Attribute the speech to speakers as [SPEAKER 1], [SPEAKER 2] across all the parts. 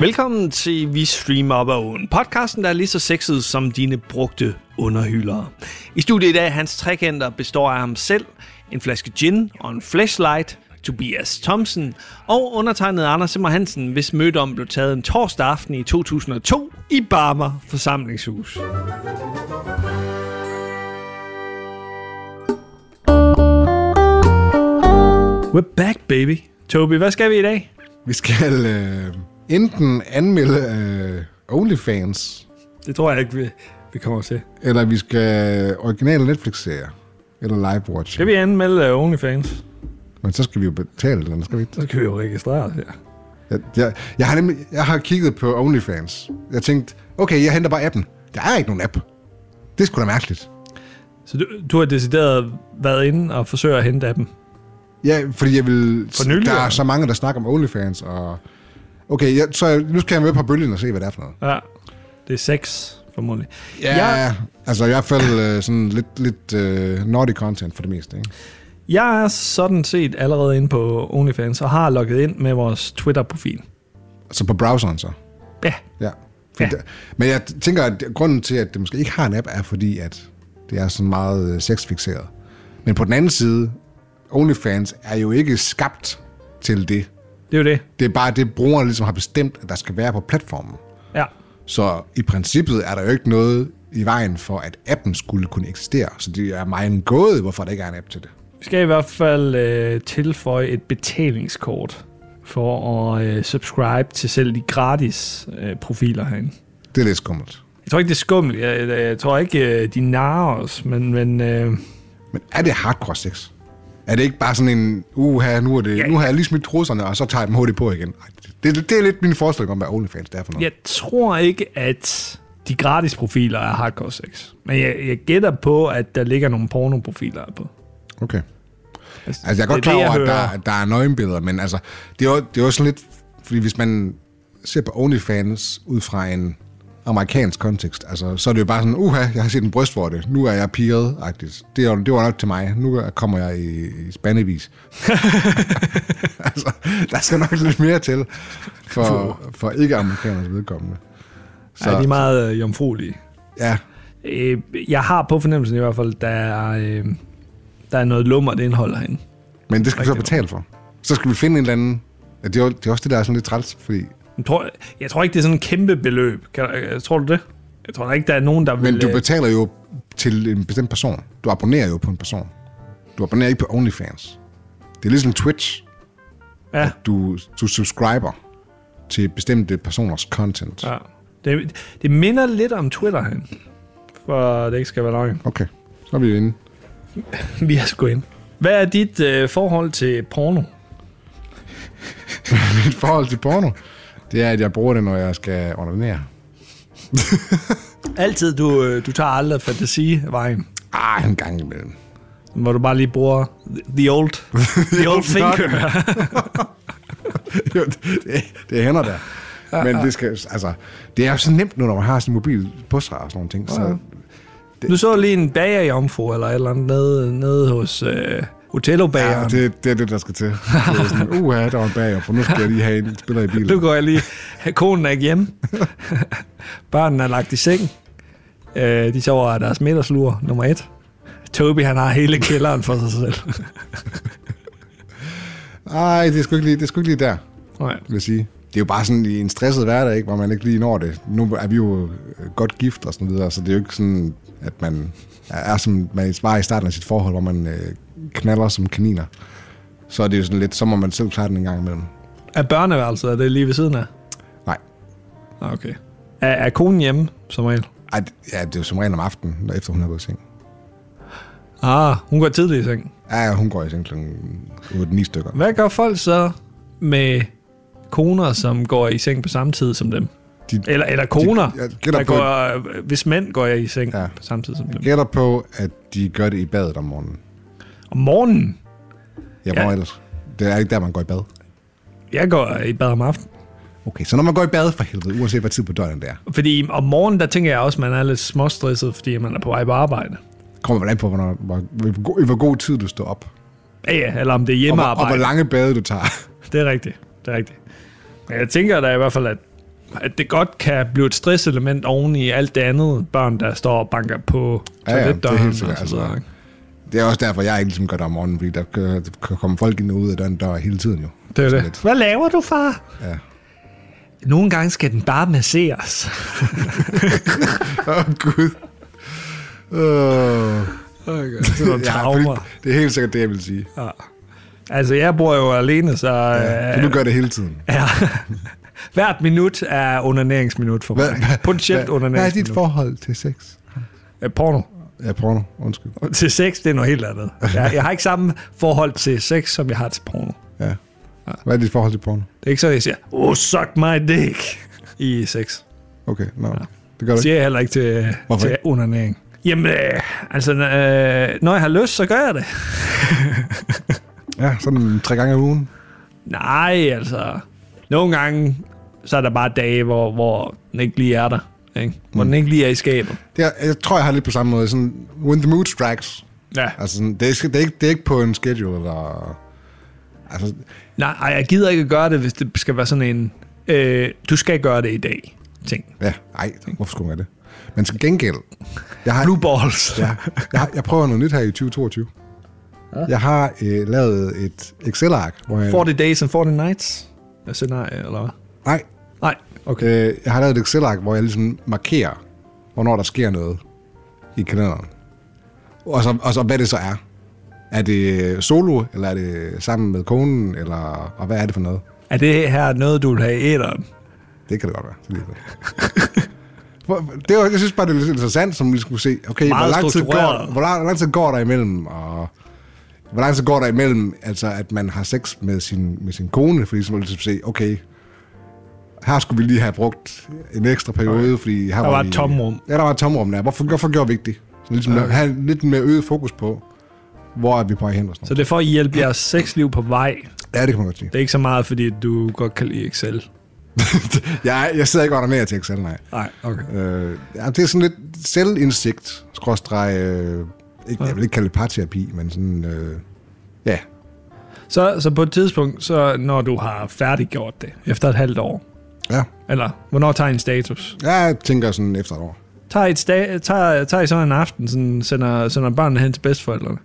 [SPEAKER 1] Velkommen til Vi Stream Up og Own, podcasten, der er lige så sexet som dine brugte underhyldere. I studiet i dag, hans trekanter består af ham selv, en flaske gin og en flashlight, Tobias Thomsen og undertegnet Anders Simmer Hansen, hvis mødet om blev taget en torsdag aften i 2002 i Barmer Forsamlingshus. We're back, baby. Toby, hvad skal vi i dag?
[SPEAKER 2] Vi skal øh, enten anmelde øh, OnlyFans,
[SPEAKER 1] Det tror jeg ikke, vi, vi kommer til.
[SPEAKER 2] eller vi skal originale Netflix-serier, eller live-watch.
[SPEAKER 1] Skal vi anmelde øh, OnlyFans?
[SPEAKER 2] Men så skal vi jo betale den, skal vi ikke?
[SPEAKER 1] Så kan vi jo registrere os her.
[SPEAKER 2] Jeg, jeg, jeg, har nemlig, jeg har kigget på OnlyFans. Jeg tænkte, okay, jeg henter bare appen. Der er ikke nogen app. Det er sgu da mærkeligt.
[SPEAKER 1] Så du, du har decideret været inde og forsøger at hente af dem.
[SPEAKER 2] Ja, fordi jeg vil...
[SPEAKER 1] For nylig,
[SPEAKER 2] der er
[SPEAKER 1] eller?
[SPEAKER 2] så mange, der snakker om OnlyFans, og... Okay, jeg, så nu skal jeg med på bølgen og se, hvad det er for noget.
[SPEAKER 1] Ja, det er sex, formodentlig. Jeg,
[SPEAKER 2] Ja, altså i hvert fald øh, sådan lidt, lidt øh, naughty content for det meste, ikke?
[SPEAKER 1] jeg er sådan set allerede inde på OnlyFans og har logget ind med vores Twitter-profil.
[SPEAKER 2] Så på browseren så.
[SPEAKER 1] Ja,
[SPEAKER 2] Ja. Fordi
[SPEAKER 1] Ja.
[SPEAKER 2] Der, men jeg tænker, at grunden til, at det måske ikke har en app, er fordi, at det er sådan meget øh, sexfixeret. Men på den anden side, OnlyFans er jo ikke skabt til det.
[SPEAKER 1] det er jo det.
[SPEAKER 2] Det er bare det, brugerne ligesom har bestemt, at der skal være på platformen.
[SPEAKER 1] Ja.
[SPEAKER 2] Så i princippet er der jo ikke noget i vejen for, at appen skulle kunne eksistere. Så det er mig en gåde, hvorfor der ikke er en app til det.
[SPEAKER 1] Vi skal i hvert fald øh, tilføje et betalingskort for at øh, subscribe til selv de gratis øh, profiler herinde.
[SPEAKER 2] Det er lidt skummelt.
[SPEAKER 1] Jeg tror ikke, det er skummelt. Jeg, jeg, jeg tror ikke, øh, de narrer os, men, men øh,
[SPEAKER 2] Men er det hardcore sex? Er det ikke bare sådan en, uha, nu, er det,
[SPEAKER 1] Ja.
[SPEAKER 2] nu har jeg lige smidt trusserne, og så tager jeg dem hurtigt på igen? Ej, det, det, det er lidt min forestilling om, hvad OnlyFans det er for noget.
[SPEAKER 1] Jeg tror ikke, at de gratis profiler er hardcore sex. Men jeg, jeg gætter på, at der ligger nogle pornoprofiler på.
[SPEAKER 2] Okay. Altså, jeg er godt
[SPEAKER 1] det,
[SPEAKER 2] klar over, at
[SPEAKER 1] hører.
[SPEAKER 2] der, der er nøgenbilleder, men altså, det er, jo, det er jo sådan lidt... Fordi hvis man ser på OnlyFans ud fra en amerikansk kontekst, altså, så er det jo bare sådan, uha, jeg har set en brystvorte, nu er jeg piret -agtigt. Det, er, jo- det var nok til mig, nu er- kommer jeg i, i spandevis. altså, der skal nok lidt mere til for, for ikke-amerikaners vedkommende.
[SPEAKER 1] Så. Ja, de er meget øh, jomfruelige.
[SPEAKER 2] ja,
[SPEAKER 1] Øh, jeg har på fornemmelsen i hvert fald, der er, øh, der er noget lummert indhold herinde.
[SPEAKER 2] men det skal vi så
[SPEAKER 1] Rigtig nok.
[SPEAKER 2] betale for. Så skal vi finde en eller anden... Ja, det, er jo, det er også det, der er sådan lidt træls, fordi
[SPEAKER 1] Jeg tror, jeg tror ikke, det er sådan et kæmpe beløb. Kan, øh, tror du det? Jeg tror da ikke, der er nogen, der
[SPEAKER 2] Men
[SPEAKER 1] vil...
[SPEAKER 2] du
[SPEAKER 1] øh,
[SPEAKER 2] betaler jo til en bestemt person. Du abonnerer jo på en person. Du abonnerer ikke på OnlyFans. Det er ligesom Twitch.
[SPEAKER 1] ja,
[SPEAKER 2] Du, du subscriber til bestemte personers content.
[SPEAKER 1] ja. Det, det minder lidt om Twitter herinde. For det ikke skal være løgn.
[SPEAKER 2] Okay, så er vi jo inde.
[SPEAKER 1] Vi er sgu ind. Hvad er dit øh, forhold til porno?
[SPEAKER 2] Mit forhold til porno, det er, at jeg bruger det, når jeg skal ordinere.
[SPEAKER 1] Altid, du, øh, du tager aldrig fantasivejen,
[SPEAKER 2] Ah, en gang imellem.
[SPEAKER 1] hvor du bare lige bruger the old, the old finger.
[SPEAKER 2] Jo, det, det hænder der. Men det, skal, altså, det er jo så nemt nu, når man har sin mobil på sig og sådan nogle ting. Så
[SPEAKER 1] nu så jeg lige en bagerjomfru eller et eller andet nede, nede hos øh,
[SPEAKER 2] ja,
[SPEAKER 1] Otello-bageren. Ja,
[SPEAKER 2] det, det er det, der skal til. Det er sådan, uha, der var en bager, for nu skal jeg lige have en spiller i bilen.
[SPEAKER 1] nu går jeg lige... Konen er ikke hjemme. Børnene er lagt i seng. Øh, de sover af deres middagslur, nummer et. Toby, han har hele kælderen for sig selv.
[SPEAKER 2] Nej, det er sgu ikke lige, det er sgu ikke lige der,
[SPEAKER 1] Nej.
[SPEAKER 2] vil jeg sige. Det er jo bare sådan i en stresset hverdag, ikke, hvor man ikke lige når det. Nu er vi jo øh, godt gift og sådan videre, så det er jo ikke sådan, at man er, er som man var i starten af sit forhold, hvor man øh, knaller som kaniner. Så er det jo sådan lidt, så må man selv klare den en gang imellem.
[SPEAKER 1] Er børneværelset, er det lige ved siden af?
[SPEAKER 2] Nej,
[SPEAKER 1] Ah, Okay. Er, er konen hjemme, som regel?
[SPEAKER 2] Ej, d- ja, det er jo som regel om aftenen, når efter hun har gået i seng.
[SPEAKER 1] Ah, hun går tidligt i seng.
[SPEAKER 2] Ja, ja, hun går i seng kl. 8-9 stykker.
[SPEAKER 1] Hvad gør folk så med koner, som går i seng på samme tid som dem?
[SPEAKER 2] De-
[SPEAKER 1] eller, eller koner,
[SPEAKER 2] jeg
[SPEAKER 1] de,
[SPEAKER 2] gætter
[SPEAKER 1] der
[SPEAKER 2] på-
[SPEAKER 1] går, hvis mænd går i seng ja.
[SPEAKER 2] Ja.
[SPEAKER 1] på samme tid som dem.
[SPEAKER 2] Jeg gætter på, at de gør det i badet om morgenen.
[SPEAKER 1] Om morgenen,
[SPEAKER 2] Ja,
[SPEAKER 1] Ja.
[SPEAKER 2] hvor ellers? Det er ikke der, man går i bad.
[SPEAKER 1] jeg går i bad om aftenen.
[SPEAKER 2] Okay, så når man går i bad for helvede, uanset hvad tid på døgnet det er,
[SPEAKER 1] Fordi om morgenen, der tænker jeg også, at man er lidt småstresset, fordi man er på vej på arbejde.
[SPEAKER 2] kommer vel an på, hvornår, hvor, hvor, god- i hvor god tid du står op.
[SPEAKER 1] Ja, Ja, eller om det er
[SPEAKER 2] Og, hvor- og hvor
[SPEAKER 1] hjemmearbejde.
[SPEAKER 2] lange bade du tager.
[SPEAKER 1] Det er rigtigt, det er rigtigt. Men jeg tænker da i hvert fald, at at det godt kan blive et stresselement oven i alt det andet børn, der står og banker på
[SPEAKER 2] Ja, ja, det er
[SPEAKER 1] toiletdøren.
[SPEAKER 2] helt sikkert.
[SPEAKER 1] og så videre,
[SPEAKER 2] Altså,
[SPEAKER 1] ikke?
[SPEAKER 2] det er også derfor, jeg ikke ligesom gør det om morgenen, fordi der kan, kan komme folk ind og ud af den dør hele tiden jo.
[SPEAKER 1] Det er
[SPEAKER 2] Sådan
[SPEAKER 1] det.
[SPEAKER 2] Altså lidt.
[SPEAKER 3] Hvad laver du, far?
[SPEAKER 2] Ja.
[SPEAKER 3] Nogle gange skal den bare masseres.
[SPEAKER 2] Åh, oh, Gud. Oh.
[SPEAKER 1] Det er nogle traumer.
[SPEAKER 2] det er helt sikkert det, jeg vil sige.
[SPEAKER 1] Altså, jeg bor jo alene, så... øh,
[SPEAKER 2] Ja. Så
[SPEAKER 1] Ja.
[SPEAKER 2] du gør det hele tiden.
[SPEAKER 3] Ja.
[SPEAKER 1] Hvert minut er undernæringsminut for mig. Potentielt
[SPEAKER 2] hvad er dit
[SPEAKER 1] undernæringsminut.
[SPEAKER 2] forhold til sex?
[SPEAKER 1] Øh, Porno.
[SPEAKER 2] Ja, porno. Undskyld.
[SPEAKER 1] Til sex, det er noget helt andet. Jeg, jeg har ikke samme forhold til sex, som jeg har til porno.
[SPEAKER 2] Ja. Hvad er dit forhold til porno?
[SPEAKER 1] Det er ikke sådan, jeg siger, oh, suck my dick i sex.
[SPEAKER 2] Okay, nå. No. Det gør du
[SPEAKER 1] Det
[SPEAKER 2] ikke.
[SPEAKER 1] siger jeg heller ikke til,
[SPEAKER 2] Hvorfor
[SPEAKER 1] til
[SPEAKER 2] ikke?
[SPEAKER 1] undernæring. Jamen, øh, altså, øh, når jeg har lyst, så gør jeg det.
[SPEAKER 2] Ja, sådan tre gange om ugen.
[SPEAKER 1] Nej, altså. Nogle gange, så er der bare dage, hvor, hvor den ikke lige er der. Ikke? Hvor mm. den ikke lige er i skabet.
[SPEAKER 2] Det er, jeg tror, jeg har lidt på samme måde. Sådan, when the mood strikes.
[SPEAKER 1] Ja.
[SPEAKER 2] Altså, sådan, det, er, ikke- det, er ikke, det er ikke på en schedule, eller... Altså,
[SPEAKER 1] Nej, ej, jeg gider ikke at gøre det, hvis det skal være sådan en, øh, du skal gøre det i dag, ting.
[SPEAKER 2] ja, ej, hvorfor skulle man gøre det? Men til gengæld, jeg har,
[SPEAKER 1] Blue balls.
[SPEAKER 2] ja, jeg, har- jeg prøver noget nyt her i 2022. Jeg har øh, lavet et Excel-ark, hvor jeg...
[SPEAKER 1] 40 days and 40 nights? Er scenarie, eller hvad?
[SPEAKER 2] Nej,
[SPEAKER 1] Nej, okay.
[SPEAKER 2] øh, jeg har lavet et Excel-ark, hvor jeg ligesom markerer, hvornår der sker noget i kalenderen. Og så, og så hvad det så er. Er det solo, eller er det sammen med konen, eller og hvad er det for noget?
[SPEAKER 1] Er det her noget, du vil have i æderen?
[SPEAKER 2] Det kan det godt være. Det er det. Hvor- det var, jeg synes bare, det er lidt interessant, som vi skulle se, okay, hvor
[SPEAKER 1] Meget
[SPEAKER 2] lang, tid går,
[SPEAKER 1] struktureret.
[SPEAKER 2] hvor, lang, hvor lang tid går der imellem, og hvor lang tid går der imellem, altså at man har sex med sin, med sin kone, fordi så må man ligesom se, okay, her skulle vi lige have brugt en ekstra periode, okay. fordi her
[SPEAKER 1] Der var
[SPEAKER 2] vi,
[SPEAKER 1] et tomrum.
[SPEAKER 2] Ja, der var et tomrum der. Hvorfor, hvorfor gjorde vi ikke det? Så ligesom okay. have lidt mere øget fokus på, hvor er vi på vej hen og sådan
[SPEAKER 1] Så det er for at hjælpe jeres sexliv på vej.
[SPEAKER 2] noget. Ja, det kan man godt sige.
[SPEAKER 1] Det er ikke så meget, fordi du godt kan lide Excel.
[SPEAKER 2] Jeg, jeg sidder ikke under mere til Excel, nej.
[SPEAKER 1] Nej, okay.
[SPEAKER 2] Øh, ja, det er sådan lidt selvindsigt, skråstreg, øh, ikke, jeg vil ikke kalde det parterapi, men sådan, øh, ja,
[SPEAKER 1] Så, så på et tidspunkt, så når du har færdiggjort det, efter et halvt år,
[SPEAKER 2] ja,
[SPEAKER 1] eller hvornår tager I en status?
[SPEAKER 2] jeg tænker sådan efter et år.
[SPEAKER 1] Tager I, et sta- tager, tager I så en aften, sådan, sender, sender børnene hen til bedsteforældrene?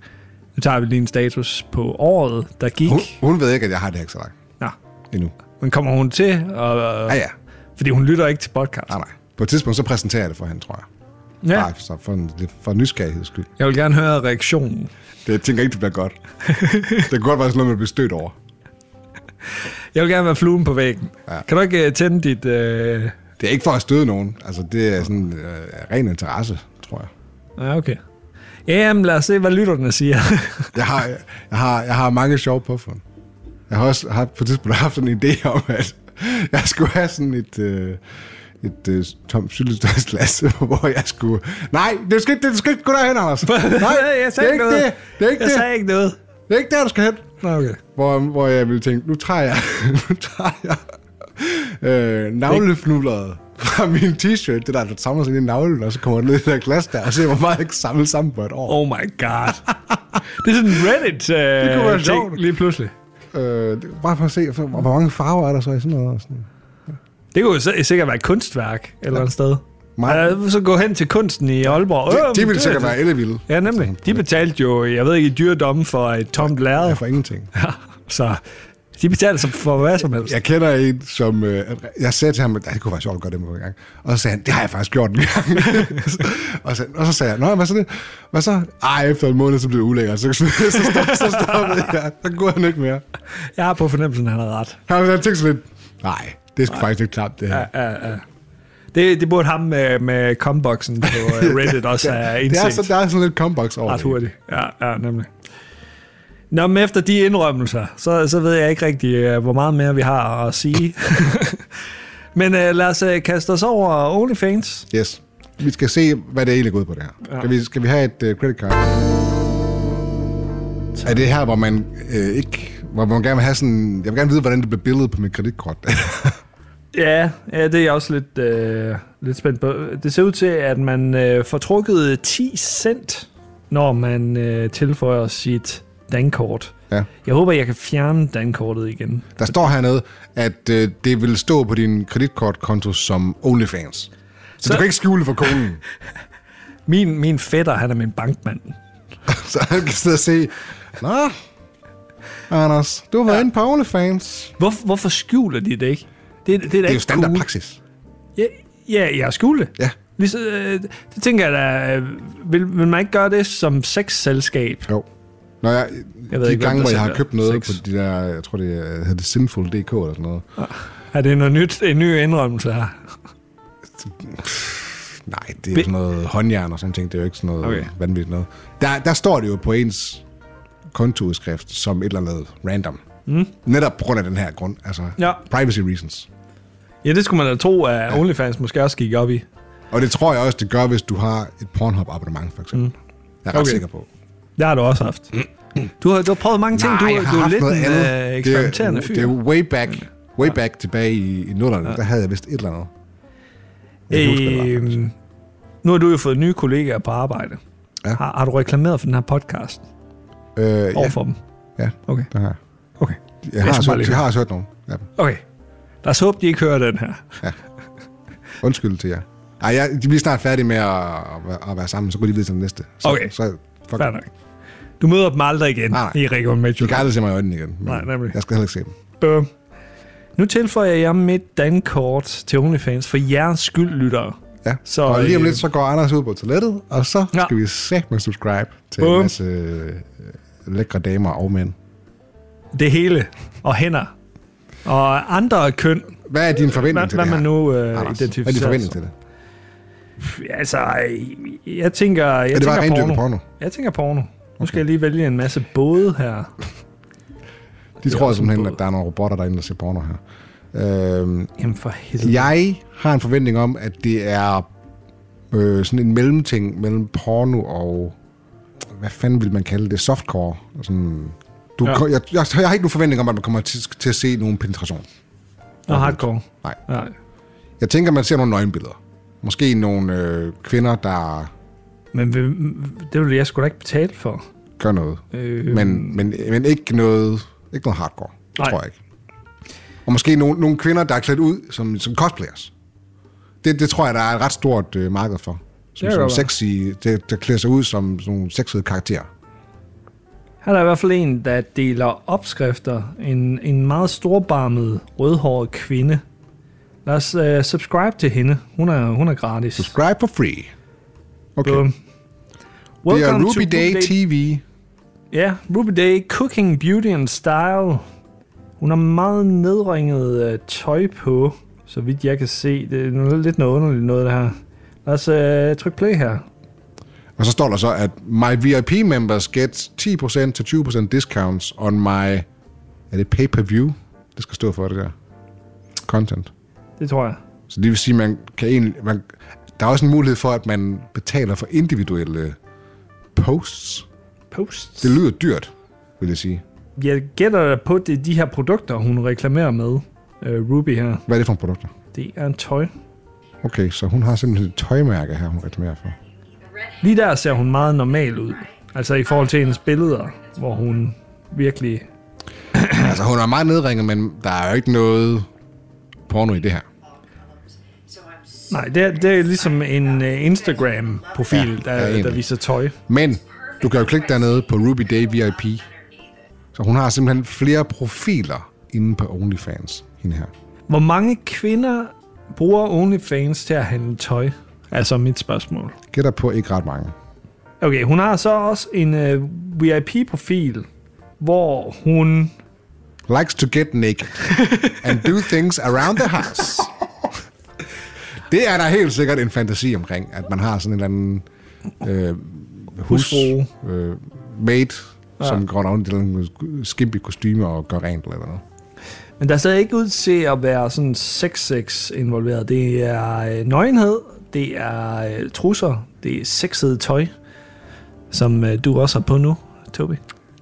[SPEAKER 1] Nu tager vi lige en status på året, der gik.
[SPEAKER 2] Hun, hun ved ikke, at jeg har det her Excel-ark
[SPEAKER 1] Nå,
[SPEAKER 2] endnu.
[SPEAKER 1] men kommer hun til? Og,
[SPEAKER 2] Ja, ja,
[SPEAKER 1] Fordi hun lytter ikke til podcast.
[SPEAKER 2] nej, nej. På et tidspunkt, så præsenterer jeg det for hende, tror jeg. Ja.
[SPEAKER 1] Ja,
[SPEAKER 2] Bare så for, en, lidt for nysgerrigheds skyld.
[SPEAKER 1] jeg vil gerne høre reaktionen.
[SPEAKER 2] Det, jeg tænker ikke, det bliver godt. det kan godt være sådan noget, man bliver stødt over.
[SPEAKER 1] Jeg vil gerne være fluen på væggen.
[SPEAKER 2] Ja.
[SPEAKER 1] Ja. Kan du ikke øh, tænde dit... Øh...
[SPEAKER 2] Det er ikke for at støde nogen. Altså, det er sådan øh, ren interesse, tror jeg.
[SPEAKER 1] Ja, okay. Jamen, lad os se, hvad lytterne siger.
[SPEAKER 2] Jeg har, jeg har, jeg har mange sjove påfund. Jeg har også har på et tidspunkt haft sådan en idé om, at jeg skulle have sådan et, øh, et øh, tomt syltetøjsglas, hvor jeg skulle... Nej, det skal, ikke- det skal ikke gå derhen, Anders. Nej,
[SPEAKER 1] jeg
[SPEAKER 2] det er
[SPEAKER 1] sagde
[SPEAKER 2] ikke
[SPEAKER 1] noget.
[SPEAKER 2] det. Det er ikke
[SPEAKER 1] jeg
[SPEAKER 2] det.
[SPEAKER 1] sagde ikke noget.
[SPEAKER 2] Det er ikke der, du skal hen.
[SPEAKER 1] Nå, okay.
[SPEAKER 2] Hvor, hvor jeg ville tænke, nu tager jeg, nu tager jeg øh, navlefnulleret fra min t-shirt. Det der, der samler sig ind i navlen, og så kommer det ned i det der glas der, og ser, hvor meget jeg kan samle sammen på et år.
[SPEAKER 1] Oh my god. det er sådan en Reddit øh, det
[SPEAKER 2] kunne være sjovt.
[SPEAKER 1] lige pludselig.
[SPEAKER 2] Øh, det- bare for at se, for, hvor mange farver er der så i sådan noget. og Sådan.
[SPEAKER 1] Det kunne jo si- sikkert være et kunstværk et eller andet sted.
[SPEAKER 2] Meget-
[SPEAKER 1] Altså, så gå hen til kunsten i Aalborg. Øh, men
[SPEAKER 2] De, de ville
[SPEAKER 1] det-
[SPEAKER 2] sikkert være ellevilde.
[SPEAKER 1] Ja, nemlig. De betalte jo, jeg ved ikke, i dyredomme for et tomt
[SPEAKER 2] Ja,
[SPEAKER 1] lærred.
[SPEAKER 2] for ingenting.
[SPEAKER 1] Så de betalte som for hvad som helst.
[SPEAKER 2] Jeg kender en, som... Øh, jeg sagde til ham, at "Ej, det kunne være sjovt at gøre det med en gang. Og så sagde han, det har jeg faktisk gjort en gang. og, så, og så sagde jeg, nå, hvad så det? Hvad så? Ej, efter en måned, så blev det ulækkert. Så, så, så, stop- så stoppede jeg. Så kunne han ikke mere.
[SPEAKER 1] Jeg har på fornemmelsen, at han har ret.
[SPEAKER 2] Han havde tænkt sådan lidt, nej, det skal faktisk ikke klart, det her.
[SPEAKER 1] Ja, ja. Det, det burde ham med, med comboxen på øh, Reddit også have
[SPEAKER 2] det er,
[SPEAKER 1] indset
[SPEAKER 2] så, der er sådan lidt comebox over
[SPEAKER 1] ret
[SPEAKER 2] det.
[SPEAKER 1] hurtigt. Ja, ja, nemlig. Nå, men efter de indrømmelser, så, så ved jeg ikke rigtig, øh, hvor meget mere vi har at sige. men øh, lad os øh, kaste os over OnlyFans.
[SPEAKER 2] Yes. Vi skal se, hvad det egentlig går ud på det her. Ja. Skal, vi, skal vi have et uh, credit card? Er det her, hvor man øh, ikke... Hvor man gerne vil have sådan... Jeg vil gerne vide, hvordan det bliver billedet på mit kreditkort.
[SPEAKER 1] Ja, ja, det er jeg også lidt, øh, lidt spændt på. Det ser ud til, at man øh, får trukket 10 cent, når man øh, tilføjer sit dankort
[SPEAKER 2] Ja.
[SPEAKER 1] Jeg håber, jeg kan fjerne dankortet igen.
[SPEAKER 2] Der står hernede, at øh, det vil stå på din kreditkortkonto som OnlyFans. Så, så du kan ikke skjule for konen.
[SPEAKER 1] Min, min fætter, han er min bankmand.
[SPEAKER 2] så han kan sidde og se, Nå, Anders, du har været ja. inde på OnlyFans.
[SPEAKER 1] Hvor, hvorfor skjuler de det ikke? Det, det, det
[SPEAKER 2] Det er jo standardpraksis.
[SPEAKER 1] Ja, ja, jeg skjuler det.
[SPEAKER 2] Ja.
[SPEAKER 1] Ligesom, øh, det tænker jeg da, øh, vil, vil man ikke gøre det som sexselskab?
[SPEAKER 2] Jo. Nå, jeg,
[SPEAKER 1] Jeg ved
[SPEAKER 2] jeg ved de
[SPEAKER 1] ikke, hvem
[SPEAKER 2] gange,
[SPEAKER 1] der
[SPEAKER 2] hvor jeg har
[SPEAKER 1] sælger
[SPEAKER 2] købt noget
[SPEAKER 1] sex.
[SPEAKER 2] på de der, jeg tror, det er- hedder det Sinful.dk eller sådan noget.
[SPEAKER 1] Er det noget nyt, en ny indrømmelse her?
[SPEAKER 2] Nej, det er
[SPEAKER 1] Be-
[SPEAKER 2] sådan noget håndjern og sådan ting. Det er jo ikke sådan noget
[SPEAKER 1] Okay.
[SPEAKER 2] okay. vanvittigt noget. Der, der står det jo på ens kontoudskrift som et eller andet random. Mm. Netop på grund af den her grund. Altså,
[SPEAKER 1] Ja.
[SPEAKER 2] privacy reasons.
[SPEAKER 1] Ja, det skulle man da tro, at OnlyFans måske også gik op i.
[SPEAKER 2] Og det tror jeg også, det gør, hvis du har et Pornhub-abonnement, for eksempel. Mm. Jeg er ret
[SPEAKER 1] Okay.
[SPEAKER 2] sikker på.
[SPEAKER 1] Det har du også haft. Du har, du har prøvet mange ting. du,
[SPEAKER 2] jeg har
[SPEAKER 1] du er
[SPEAKER 2] haft
[SPEAKER 1] lidt
[SPEAKER 2] noget
[SPEAKER 1] en
[SPEAKER 2] andet.
[SPEAKER 1] øh, eksperimenterende
[SPEAKER 2] det,
[SPEAKER 1] fyr.
[SPEAKER 2] er- Det er jo way back, way back tilbage i, i nullerne. Ja. Der havde jeg vist et eller andet. Jeg kan huske, hvad det var, faktisk.
[SPEAKER 1] Øhm, nu har du jo fået nye kollegaer på arbejde. Ja.
[SPEAKER 2] Ja.
[SPEAKER 1] Har, har du reklameret for den her podcast
[SPEAKER 2] Øh, ja,
[SPEAKER 1] overfor dem?
[SPEAKER 2] ja,
[SPEAKER 1] Okay.
[SPEAKER 2] det har jeg.
[SPEAKER 1] Okay.
[SPEAKER 2] Jeg
[SPEAKER 1] skal
[SPEAKER 2] har,
[SPEAKER 1] bare
[SPEAKER 2] så,
[SPEAKER 1] lige
[SPEAKER 2] jeg
[SPEAKER 1] høre.
[SPEAKER 2] har også hørt nogen af dem.
[SPEAKER 1] Okay. Lad os håbe, de ikke hører den her.
[SPEAKER 2] Undskyld til jer. Ej, jeg, de bliver snart færdige med at, at, være- at være sammen, så går de videre til den næste. Så,
[SPEAKER 1] Okay.
[SPEAKER 2] Så, fuck,
[SPEAKER 1] Fair nok. Du møder dem aldrig igen nej,
[SPEAKER 2] Nej,
[SPEAKER 1] nej.
[SPEAKER 2] nej.
[SPEAKER 1] i Region
[SPEAKER 2] de kan
[SPEAKER 1] Midtjylland.
[SPEAKER 2] aldrig se mig i øjnene igen. men
[SPEAKER 1] Nej, nemlig.
[SPEAKER 2] Jeg skal heller ikke se dem.
[SPEAKER 1] Bum. Nu tilføjer jeg mit dankort til OnlyFans for jeres skyld, lyttere.
[SPEAKER 2] Ja.
[SPEAKER 1] Så,
[SPEAKER 2] Så, og lige om
[SPEAKER 1] øh,
[SPEAKER 2] lidt, så går Anders ud på toilettet, og så
[SPEAKER 1] Ja.
[SPEAKER 2] ja. skal vi sæt med subscribe til
[SPEAKER 1] Bum.
[SPEAKER 2] en masse øh, lækre damer og mænd.
[SPEAKER 1] Det hele. Og hænder. Og andre køn.
[SPEAKER 2] Hvad er din forventning
[SPEAKER 1] Øh, Hvad,
[SPEAKER 2] til
[SPEAKER 1] hvad
[SPEAKER 2] det
[SPEAKER 1] man
[SPEAKER 2] her?
[SPEAKER 1] nu øh,
[SPEAKER 2] Anders,
[SPEAKER 1] identificerer.
[SPEAKER 2] hvad er din forventning
[SPEAKER 1] sig-
[SPEAKER 2] til det?
[SPEAKER 1] Altså, jeg tænker, jeg
[SPEAKER 2] Er det
[SPEAKER 1] tænker
[SPEAKER 2] bare
[SPEAKER 1] porno.
[SPEAKER 2] rendyrket porno?
[SPEAKER 1] Jeg tænker porno. Nu skal jeg lige vælge en masse både her. er
[SPEAKER 2] De tror
[SPEAKER 1] også en
[SPEAKER 2] simpelthen,
[SPEAKER 1] båd.
[SPEAKER 2] at der er nogle robotter derinde, der ser porno her. Øhm,
[SPEAKER 1] Jamen for helvede.
[SPEAKER 2] jeg har en forventning om, at det er øh, sådan en mellemting mellem porno og... Hvad fanden vil man kalde det? Softcore? Og Sådan, du,
[SPEAKER 1] Ja.
[SPEAKER 2] ja. jeg, jeg, jeg har ikke nogen forventning om, at man kommer til, til at se nogen penetration.
[SPEAKER 1] Og hardcore.
[SPEAKER 2] Nej.
[SPEAKER 1] Nej.
[SPEAKER 2] Jeg tænker, man ser nogle nøgenbilleder. Måske nogle øh, kvinder, der
[SPEAKER 1] Men vil- det ville jeg sgu da ikke betale for.
[SPEAKER 2] gør noget.
[SPEAKER 1] Øh,
[SPEAKER 2] Øh. Men, men, men ikke, noget, ikke noget hardcore.
[SPEAKER 1] Nej.
[SPEAKER 2] Nej. tror jeg ikke. Og måske nogle, nogle kvinder, der er klædt ud som, som cosplayers. Det, det tror jeg, der er et ret stort øh, marked for. Som,
[SPEAKER 1] Det kan
[SPEAKER 2] som
[SPEAKER 1] godt være.
[SPEAKER 2] sexy, der, der klæder sig ud som sådan nogle sexede karakterer.
[SPEAKER 1] Her er der i hvert fald en, der deler opskrifter. En, en meget storbarmet, rødhåret kvinde. Lad os uh, subscribe til hende. Hun er, hun er gratis.
[SPEAKER 2] Subscribe for free. Okay.
[SPEAKER 1] Bum.
[SPEAKER 2] det er
[SPEAKER 1] Welcome
[SPEAKER 2] Ruby
[SPEAKER 1] to
[SPEAKER 2] Day TV.
[SPEAKER 1] Ja, Ruby Day Cooking Beauty and Style. Hun har meget nedringet øh, tøj på, så vidt jeg kan se. Det er noget- lidt noget underligt noget, det her. Lad os øh, trykke play her.
[SPEAKER 2] Og så står der så, at my VIP members get 10% til 20% discounts on my... Er det pay-per-view? Det skal stå for det der. Content.
[SPEAKER 1] Det tror jeg.
[SPEAKER 2] Så det vil sige, man kan egentlig, man, der er også en mulighed for, at man betaler for individuelle posts.
[SPEAKER 1] Post.
[SPEAKER 2] Det lyder dyrt, vil jeg sige.
[SPEAKER 1] Jeg gætter da på, det er de her produkter, hun reklamerer med. Øh, Ruby her.
[SPEAKER 2] Hvad er det for en produkter?
[SPEAKER 1] Det er en tøj.
[SPEAKER 2] Okay, så hun har simpelthen et tøjmærke her, hun reklamerer for.
[SPEAKER 1] Lige der ser hun meget normal ud. Altså i forhold til hendes billeder, hvor hun virkelig...
[SPEAKER 2] altså, hun er meget nedringet, men der er jo ikke noget porno i det her.
[SPEAKER 4] So I'm so
[SPEAKER 1] Nej, det er, det er ligesom en øh, Instagram-profil,
[SPEAKER 2] Ja,
[SPEAKER 1] der,
[SPEAKER 2] ja, egentlig.
[SPEAKER 1] der viser tøj.
[SPEAKER 2] Men du kan jo klikke dernede på Ruby Day VIP.
[SPEAKER 4] underneath it.
[SPEAKER 2] Så hun har simpelthen flere profiler inde på OnlyFans, hende her.
[SPEAKER 1] Hvor mange kvinder bruger OnlyFans til at handle tøj? Altså mit spørgsmål.
[SPEAKER 2] Gætter på ikke ret mange.
[SPEAKER 1] Okay, hun har så også en øh, VIP-profil, hvor hun...
[SPEAKER 2] likes to get naked and do things around the house. Det er der helt sikkert en fantasi omkring, at man har sådan en eller anden øh, hus,
[SPEAKER 1] Husfrue.
[SPEAKER 2] øh, maid, ja. som går rundt i en skimpe kostyme og gør rent eller noget.
[SPEAKER 1] Men der ser ikke ud til at være sådan sex-sex involveret. Det er øh, nøgenhed, det er øh, trusser, det er sexet tøj, som øh, du også har på nu, Tobi.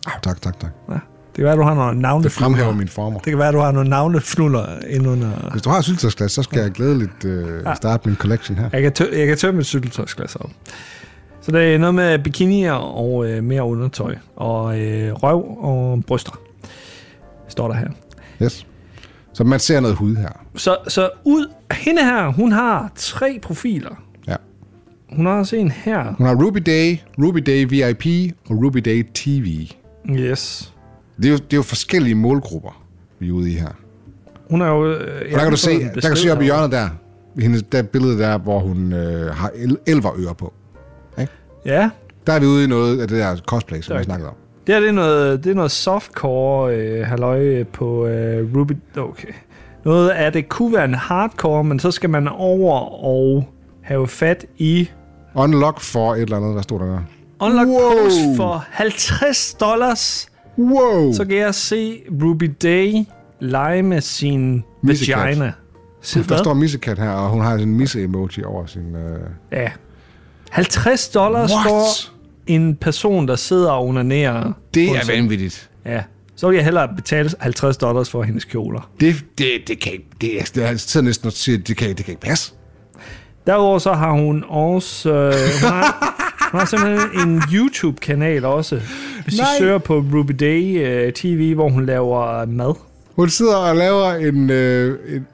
[SPEAKER 2] Ah, tak, tak, tak.
[SPEAKER 1] Ja. Det kan være, du har nogle
[SPEAKER 2] Det
[SPEAKER 1] navnefnuller.
[SPEAKER 2] fremhæver Altså- mine former.
[SPEAKER 1] Det kan være, du har nogle navnefnuller indunder.
[SPEAKER 2] Hvis du har et syltetøjsglas, så skal jeg glædeligt øh, starte min collection her.
[SPEAKER 1] Jeg kan, tø- jeg kan tømme et syltetøjsglas op. Så Så det er noget med bikinier og øh, mere undertøj. Og øh, røv og bryster. Står der her.
[SPEAKER 2] Yes. Så man ser noget hud her.
[SPEAKER 1] Så, så ud, hende her, hun har tre profiler.
[SPEAKER 2] Ja.
[SPEAKER 1] Hun har også en her.
[SPEAKER 2] Hun har Ruby Day, Ruby Day VIP og Ruby Day TV.
[SPEAKER 1] Yes.
[SPEAKER 2] Det er jo, det er jo forskellige målgrupper, vi er ude i her.
[SPEAKER 1] Hun er jo... Øh,
[SPEAKER 2] Og der kan du se, der kan du se op i hjørnet der, hendes, der billede der, hvor hun øh, har el- elverører på.
[SPEAKER 1] Ja,
[SPEAKER 2] Der er vi ude i noget af det der cosplay, som
[SPEAKER 1] Der er
[SPEAKER 2] vi snakkede om.
[SPEAKER 1] det her det er noget, det er noget softcore øh, halløj øh, på øh, Ruby... Okay. Noget af det kunne være en hardcore, men så skal man over og have fat i
[SPEAKER 2] Unlock for et eller andet, der stod der der.
[SPEAKER 1] Unlock wow. Pose
[SPEAKER 2] Wow.
[SPEAKER 1] for 50 dollars.
[SPEAKER 2] Wow!
[SPEAKER 1] Så kan jeg se Ruby Day lege med sin
[SPEAKER 2] Missekat.
[SPEAKER 1] vagina. Sig
[SPEAKER 2] der
[SPEAKER 1] hvad?
[SPEAKER 2] står Missekat her, og hun har sådan en misse-emoji over sin... Øh...
[SPEAKER 1] Ja. 50 dollars
[SPEAKER 2] What?
[SPEAKER 1] for en person, der sidder og onanerer. på en seng.
[SPEAKER 2] vanvittigt.
[SPEAKER 1] Ja. Så vil jeg hellere betale 50 dollars for hendes kjoler.
[SPEAKER 2] Det, det, det kan ikke... Det, er- det, er- jeg sidder næsten og siger, det kan, det kan ikke passe.
[SPEAKER 1] Derudover så har hun også... Øh, hun, har, hun har simpelthen en YouTube-kanal også. Hvis Nej.
[SPEAKER 2] Nej.
[SPEAKER 1] I søger på Ruby Day øh, TV, hvor hun laver mad.
[SPEAKER 2] Hun sidder og laver en... Øh, en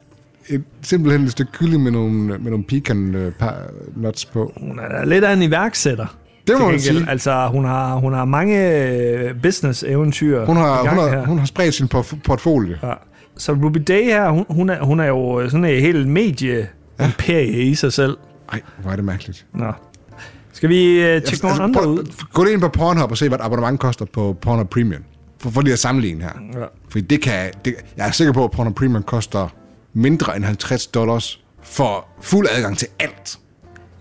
[SPEAKER 2] et, simpelthen et stykke kylling med nogle, med nogle pecan øh, par, nuts på.
[SPEAKER 1] Hun er da lidt af en iværksætter.
[SPEAKER 2] Det
[SPEAKER 1] Til
[SPEAKER 2] må man
[SPEAKER 1] gengæld.
[SPEAKER 2] sige.
[SPEAKER 1] Altså, hun har, hun har mange øh, business-eventyr
[SPEAKER 2] Hun
[SPEAKER 1] i
[SPEAKER 2] har,
[SPEAKER 1] gang
[SPEAKER 2] hun
[SPEAKER 1] her.
[SPEAKER 2] har, hun har spredt sin porf- portfolio.
[SPEAKER 1] Ja. Så Ruby Day her, hun, hun, er, hun er jo øh, sådan en helt medie imperie i sig selv.
[SPEAKER 2] Ej, hvor er det mærkeligt.
[SPEAKER 1] Nå. Skal vi øh, tjekke nogle andre
[SPEAKER 2] Altså, prøv-
[SPEAKER 1] ud?
[SPEAKER 2] Gå lige ind på Pornhub og se, hvad et abonnement koster på Pornhub Premium. For, for lige at sammenligne her.
[SPEAKER 1] Ja.
[SPEAKER 2] Fordi det kan... Det, jeg er sikker på, at Pornhub Premium koster mindre end 50 dollars for fuld adgang til alt.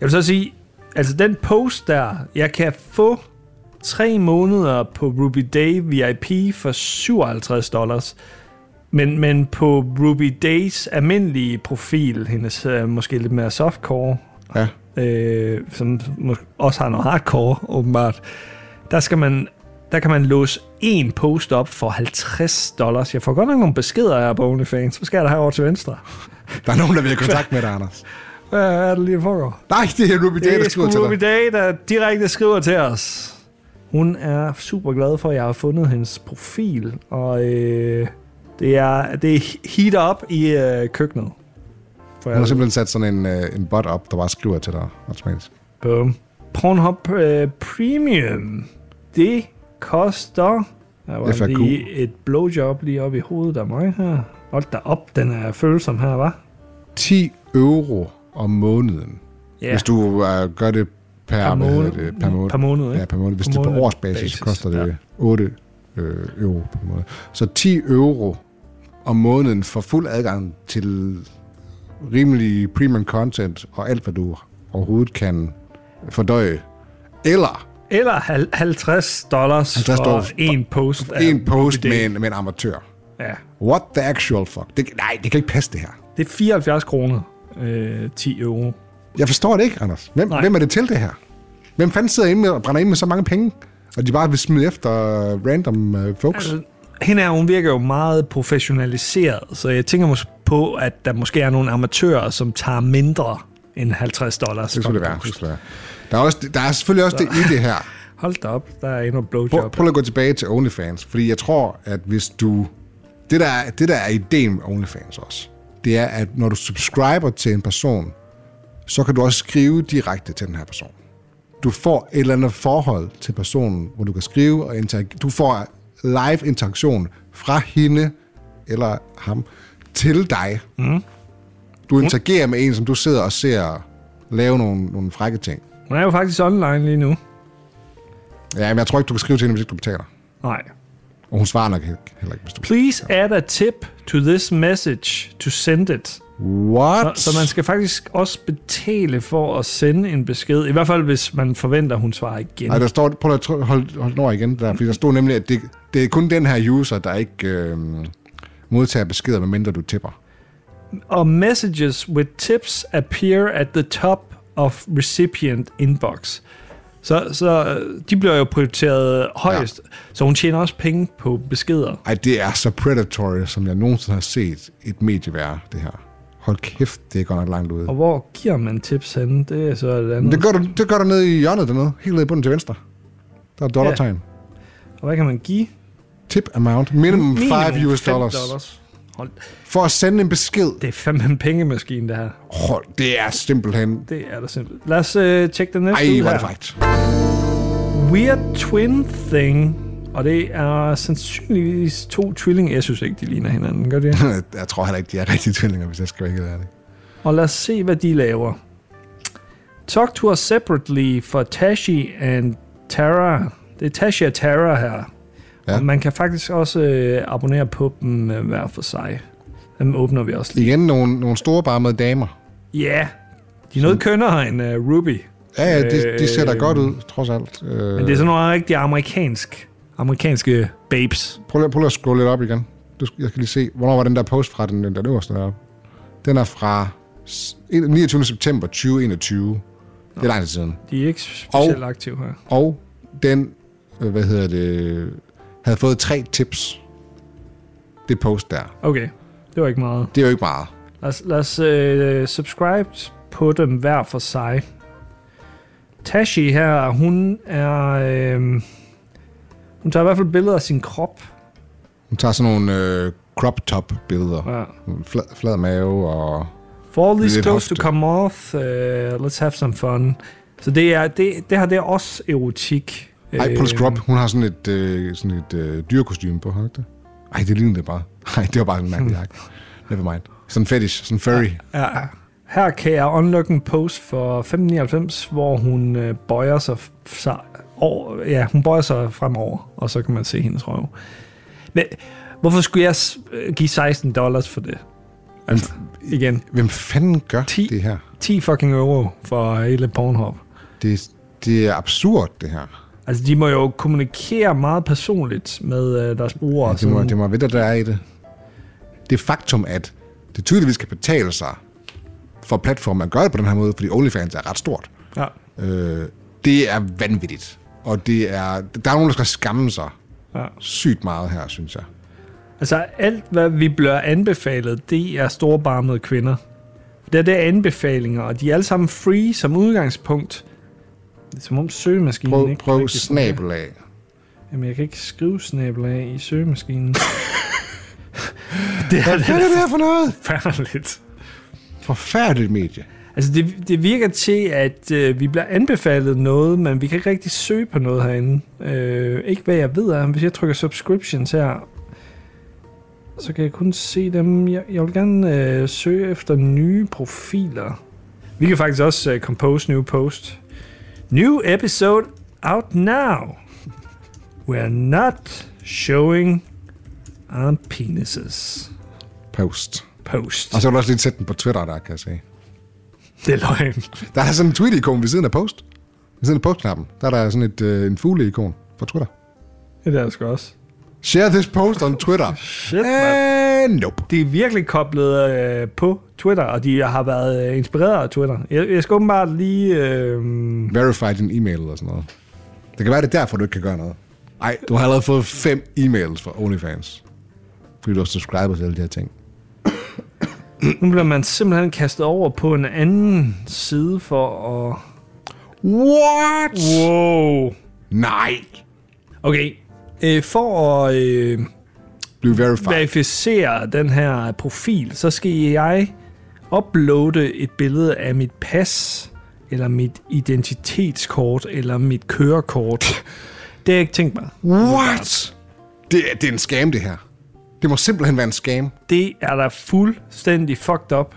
[SPEAKER 1] Jeg vil så sige, altså den post der, jeg kan få tre måneder på Ruby Day VIP for 57 dollars. Men, men på Ruby Days almindelige profil, hendes øh, måske lidt mere softcore,
[SPEAKER 2] Ja.
[SPEAKER 1] øh, som mås- også har noget hardcore, åbenbart, der, skal man, der kan man låse en post op for 50 dollars. Jeg får godt nok nogle beskeder her på OnlyFans. Hvad sker der herovre til venstre?
[SPEAKER 2] Der er nogen, der vil have kontakt med dig, Anders.
[SPEAKER 1] Hvad er det lige, der foregår?
[SPEAKER 2] Nej, det er Ruby Day,
[SPEAKER 1] Det
[SPEAKER 2] der
[SPEAKER 1] er sgu
[SPEAKER 2] skriver til
[SPEAKER 1] Ruby
[SPEAKER 2] dig.
[SPEAKER 1] Day, der direkte skriver til os. Hun er super glad for, at jeg har fundet hendes profil, og øh, det, er, det er heat up i øh, køkkenet. For
[SPEAKER 2] Hun har simpelthen sat sådan en, øh, en bot op, der bare skriver til dig automatisk.
[SPEAKER 1] Boom. Pornhub øh, Premium. Det koster... Der var
[SPEAKER 2] FAQ.
[SPEAKER 1] lige et blowjob lige op i hovedet af mig her. Hold da op, den er følsom her, var.
[SPEAKER 2] 10 euro om måneden. Ja. Hvis du øh, gør det per,
[SPEAKER 1] Per
[SPEAKER 2] per
[SPEAKER 1] måned.
[SPEAKER 2] måned. Det, per måned.
[SPEAKER 1] Per måned, ikke?
[SPEAKER 2] Ja, per måned. Hvis
[SPEAKER 1] Per
[SPEAKER 2] det er på
[SPEAKER 1] måned.
[SPEAKER 2] årsbasis,
[SPEAKER 1] Basis,
[SPEAKER 2] basis. koster det 8 øh, euro per måned. Så 10 euro om måneden for fuld adgang til rimelig premium content og alt, hvad du overhovedet kan fordøje. Eller
[SPEAKER 1] Eller hal- 50 dollars
[SPEAKER 2] 50
[SPEAKER 1] for
[SPEAKER 2] dollars.
[SPEAKER 1] en post. af
[SPEAKER 2] en post
[SPEAKER 1] Ruby Day.
[SPEAKER 2] med en, med en amatør.
[SPEAKER 1] Ja.
[SPEAKER 2] What the actual fuck? Det, nej, det kan ikke passe det her.
[SPEAKER 1] Det er 74 kroner. Øh, 10 euro.
[SPEAKER 2] Jeg forstår det ikke, Anders. Hvem,
[SPEAKER 1] Nej.
[SPEAKER 2] hvem er det til det her? Hvem fanden sidder inde med, og brænder ind med så mange penge? Og de bare vil smide efter øh, random øh, folks?
[SPEAKER 1] Altså, hende her, hun virker jo meget professionaliseret, så jeg tænker mås- på, at der måske er nogle amatører, som tager mindre end 50 dollars.
[SPEAKER 2] Det
[SPEAKER 1] for
[SPEAKER 2] skulle
[SPEAKER 1] en
[SPEAKER 2] det være.
[SPEAKER 1] post.
[SPEAKER 2] Det skulle det være. Der, er også, der er selvfølgelig også det i det her.
[SPEAKER 1] Hold da op, der er endnu et
[SPEAKER 2] Prøv,
[SPEAKER 1] blowjob.
[SPEAKER 2] prøv lige at gå tilbage til OnlyFans, fordi jeg tror, at hvis du... Det der, er- det der er ideen med OnlyFans også, det er, at når du subscriber til en person, så kan du også skrive direkte til den her person. Du får et eller andet forhold til personen, hvor du kan skrive og interagere. Du får live interaktion fra hende eller ham til dig. Mm. Du interagerer med en, som du sidder og ser lave nogle, nogle frække ting.
[SPEAKER 1] Hun er jo faktisk online lige nu.
[SPEAKER 2] Ja, men jeg tror ikke, du kan skrive til hende, hvis ikke du betaler.
[SPEAKER 1] Nej.
[SPEAKER 2] Og hun svarer nok he- heller ikke, hvis du
[SPEAKER 1] Please add a tip to this message to send it.
[SPEAKER 2] What?
[SPEAKER 1] Så man skal faktisk også betale for at sende en besked. I hvert fald, hvis man forventer, hun svarer igen.
[SPEAKER 2] Nej, der står... Prøv lige at tryk- hold, hold den over igen, der, fordi der stod nemlig, at det, det er kun den her user, der ikke øh, modtager beskeder, medmindre du tipper.
[SPEAKER 1] Og messages with tips appear at the top of recipient inbox. Så, så øh, de bliver jo prioriteret højest. Ja. Så hun tjener også penge på beskeder.
[SPEAKER 2] Ej, det er så predatory, som jeg nogensinde har set et medie være, det her. Hold kæft, det er godt nok langt ude.
[SPEAKER 1] Og hvor giver man tips henne? Det er så et andet.
[SPEAKER 2] Det gør, du, det gør du nede i hjørnet dernede, helt nede i bunden til venstre. Der er dollartegn. Yeah.
[SPEAKER 1] Og hvad kan man give?
[SPEAKER 2] Tip amount, minimum 5 US
[SPEAKER 1] fem
[SPEAKER 2] dollars.
[SPEAKER 1] dollars. Hold,
[SPEAKER 2] For at sende en besked.
[SPEAKER 1] det er fandme en pengemaskine, det her.
[SPEAKER 2] Hold, det er simpelthen...
[SPEAKER 1] Det er da simpelthen. Lad os øh, tjekke den næste
[SPEAKER 2] Ej,
[SPEAKER 1] ud
[SPEAKER 2] hvor er
[SPEAKER 1] her.
[SPEAKER 2] det faktisk.
[SPEAKER 1] Weird Twin Thing. Og det er sandsynligvis to tvillinger. Jeg synes ikke, de ligner hinanden. Gør de det?
[SPEAKER 2] jeg tror heller ikke, de er rigtige tvillinger, hvis jeg skal være helt ærlig.
[SPEAKER 1] Og lad os se, hvad de laver. Talk to us separately for Tashi and Tara. Det er Tashi og Tara her.
[SPEAKER 2] Ja.
[SPEAKER 1] Ja. Og man kan faktisk også øh, abonnere på dem øh, hver for sig. Dem åbner vi også lige.
[SPEAKER 2] Igen nogle, nogle store barmede damer.
[SPEAKER 1] Ja, yeah. de er noget kønnere end uh, Ruby.
[SPEAKER 2] Ja, ja, de, de ser da
[SPEAKER 1] Øh,
[SPEAKER 2] godt ud, trods alt. Øh,
[SPEAKER 1] Men det er sådan nogle rigtig amerikansk, amerikanske babes.
[SPEAKER 2] prøv, lige- prøv lige at scrolle lidt op igen. Du, skal- jeg skal lige se, hvornår var den der post fra den, den der øverste deroppe? Den er fra s- en- 29. september 2021. Det er lang tid siden.
[SPEAKER 1] De er ikke specielt aktive her.
[SPEAKER 2] Og den, øh, hvad hedder det, havde fået tre tips. Det post der.
[SPEAKER 1] Okay, det var ikke meget.
[SPEAKER 2] Det er jo ikke meget.
[SPEAKER 1] Lad os, lad os øh, subscribe på dem hver for sig. Tashi her, hun er... Øh, hun tager i hvert fald billeder af sin krop.
[SPEAKER 2] Hun tager sådan nogle øh, crop top billeder.
[SPEAKER 1] Ja.
[SPEAKER 2] Flad, flad mave og...
[SPEAKER 1] For all these
[SPEAKER 2] Lidt
[SPEAKER 1] clothes to
[SPEAKER 2] hofte.
[SPEAKER 1] come off, uh, let's have some fun. Så det, er, det, det her det er også erotik.
[SPEAKER 2] Ej, Paul
[SPEAKER 1] Øh,
[SPEAKER 2] Scrub, hun har sådan et, øh, sådan et øh, dyrekostyme på, har hun ikke det? Ej, det ligner det bare. Ej, det var bare sådan en mærkelig jakke. Never mind. Sådan en fetish, sådan en furry.
[SPEAKER 1] Ja. Her kan jeg unlock en pose for 1599, hvor hun øh, bøjer sig, f- sig over, ja, hun bøjer sig fremover, og så kan man se hendes røv. Men hvorfor skulle jeg s- øh, give 16 dollars for det? Altså, igen,
[SPEAKER 2] Hvem fanden gør
[SPEAKER 1] Ti.
[SPEAKER 2] det her?
[SPEAKER 1] 10 fucking euro for hele Pornhub.
[SPEAKER 2] Det, det er absurd, det her.
[SPEAKER 1] Altså, de må jo kommunikere meget personligt med øh, deres brugere.
[SPEAKER 2] Det må,
[SPEAKER 1] sådan-
[SPEAKER 2] det må være det, der er i det. Det faktum, at det tydeligvis kan betale sig for platformen at gøre det på den her måde, fordi OnlyFans er ret stort,
[SPEAKER 1] ja.
[SPEAKER 2] øh, det er vanvittigt. Og det er, der er nogen, der skal skamme sig
[SPEAKER 1] Ja.
[SPEAKER 2] sygt meget her, synes jeg.
[SPEAKER 1] Altså, alt hvad vi bliver anbefalet, det er storbarmede kvinder. Det er det er anbefalinger, og de er alle sammen free som udgangspunkt. Det er som om søgemaskinen
[SPEAKER 2] Prøv,
[SPEAKER 1] ikke
[SPEAKER 2] prøv
[SPEAKER 1] rigtig fungerer.
[SPEAKER 2] snabel af.
[SPEAKER 1] Jamen, jeg kan ikke skrive snabel af i søgemaskinen. det er
[SPEAKER 2] Hvad er
[SPEAKER 1] da
[SPEAKER 2] det her for noget?
[SPEAKER 1] forfærdeligt.
[SPEAKER 2] Forfærdeligt medie.
[SPEAKER 1] Altså, det, det virker til, at øh, vi bliver anbefalet noget, men vi kan ikke rigtig søge på noget herinde. Øh, ikke hvad jeg ved af. Hvis jeg trykker subscriptions her, så kan jeg kun se dem. Jeg, jeg vil gerne øh, søge efter nye profiler. Vi kan faktisk også øh, compose new post. New episode out now. We're not showing our penises.
[SPEAKER 2] Post.
[SPEAKER 1] Post.
[SPEAKER 2] Og så vil du også lige sætte den på Twitter, der kan jeg se.
[SPEAKER 1] Det er løgn.
[SPEAKER 2] Der er sådan en tweet-ikon ved siden af post. Ved siden af postknappen, der er der sådan et, øh, en fugle-ikon på Twitter.
[SPEAKER 1] Det er der sgu også.
[SPEAKER 2] Share this post on Twitter.
[SPEAKER 1] Shit, man.
[SPEAKER 2] And nope.
[SPEAKER 1] de er virkelig koblet øh, på Twitter, og de har været øh, inspireret af Twitter. Jeg, jeg skal åbenbart lige... Øh,
[SPEAKER 2] Verify din e-mail eller sådan noget. Det kan være, det er derfor, du ikke kan gøre noget. Ej, du har allerede fået fem e-mails fra OnlyFans. Fordi du har subscribet til alle de her ting.
[SPEAKER 1] nu bliver man simpelthen kastet over på en anden side for at...
[SPEAKER 2] What?
[SPEAKER 1] Wow!
[SPEAKER 2] Nej.
[SPEAKER 1] Okay, øh, for at øh,
[SPEAKER 2] Bliv verified.
[SPEAKER 1] verificere den her profil, så skal jeg uploade et billede af mit pas, eller mit identitetskort, eller mit kørekort. Det har jeg ikke tænkt mig.
[SPEAKER 2] What? Det, er- det er en scam, det her. Det må simpelthen være en scam.
[SPEAKER 1] Det er da fuldstændig fucked up.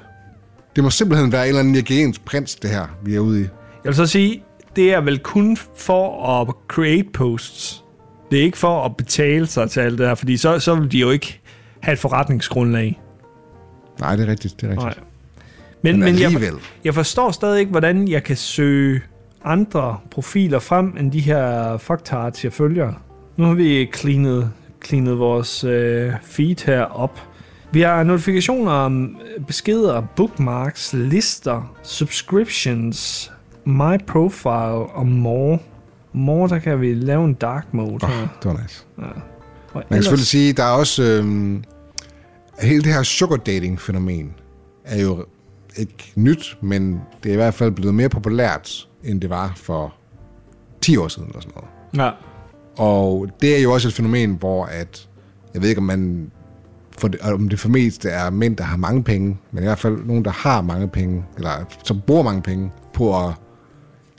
[SPEAKER 2] Det må simpelthen være en eller anden nigeriansk prins, det her, vi er ude i.
[SPEAKER 1] Jeg vil så sige, det er vel kun for at create posts. Det er ikke for at betale sig til alt det her, fordi så, så vil de jo ikke have et forretningsgrundlag.
[SPEAKER 2] Nej, det er rigtigt, det er rigtigt.
[SPEAKER 1] Nej. Men, men jeg,
[SPEAKER 2] alligevel.
[SPEAKER 1] jeg forstår stadig ikke, hvordan jeg kan søge andre profiler frem, end de her fucktards, jeg følger. Nu har vi cleanet, cleanet vores øh, feed her op. Vi har notifikationer om øh, beskeder, bookmarks, lister, subscriptions, my profile og more. More, der kan vi lave en dark mode
[SPEAKER 2] Åh,
[SPEAKER 1] her.
[SPEAKER 2] det var nice.
[SPEAKER 1] Og
[SPEAKER 2] Man kan selvfølgelig sige, der er også øhm, hele det her sugar dating fænomen er jo ikke nyt, men det er i hvert fald blevet mere populært, end det var for 10 år siden eller sådan noget.
[SPEAKER 1] Ja.
[SPEAKER 2] Og det er jo også et fænomen, hvor at, jeg ved ikke, om man for det, om det for mest er mænd, der har mange penge, men i hvert fald nogen, der har mange penge, eller som bruger mange penge på at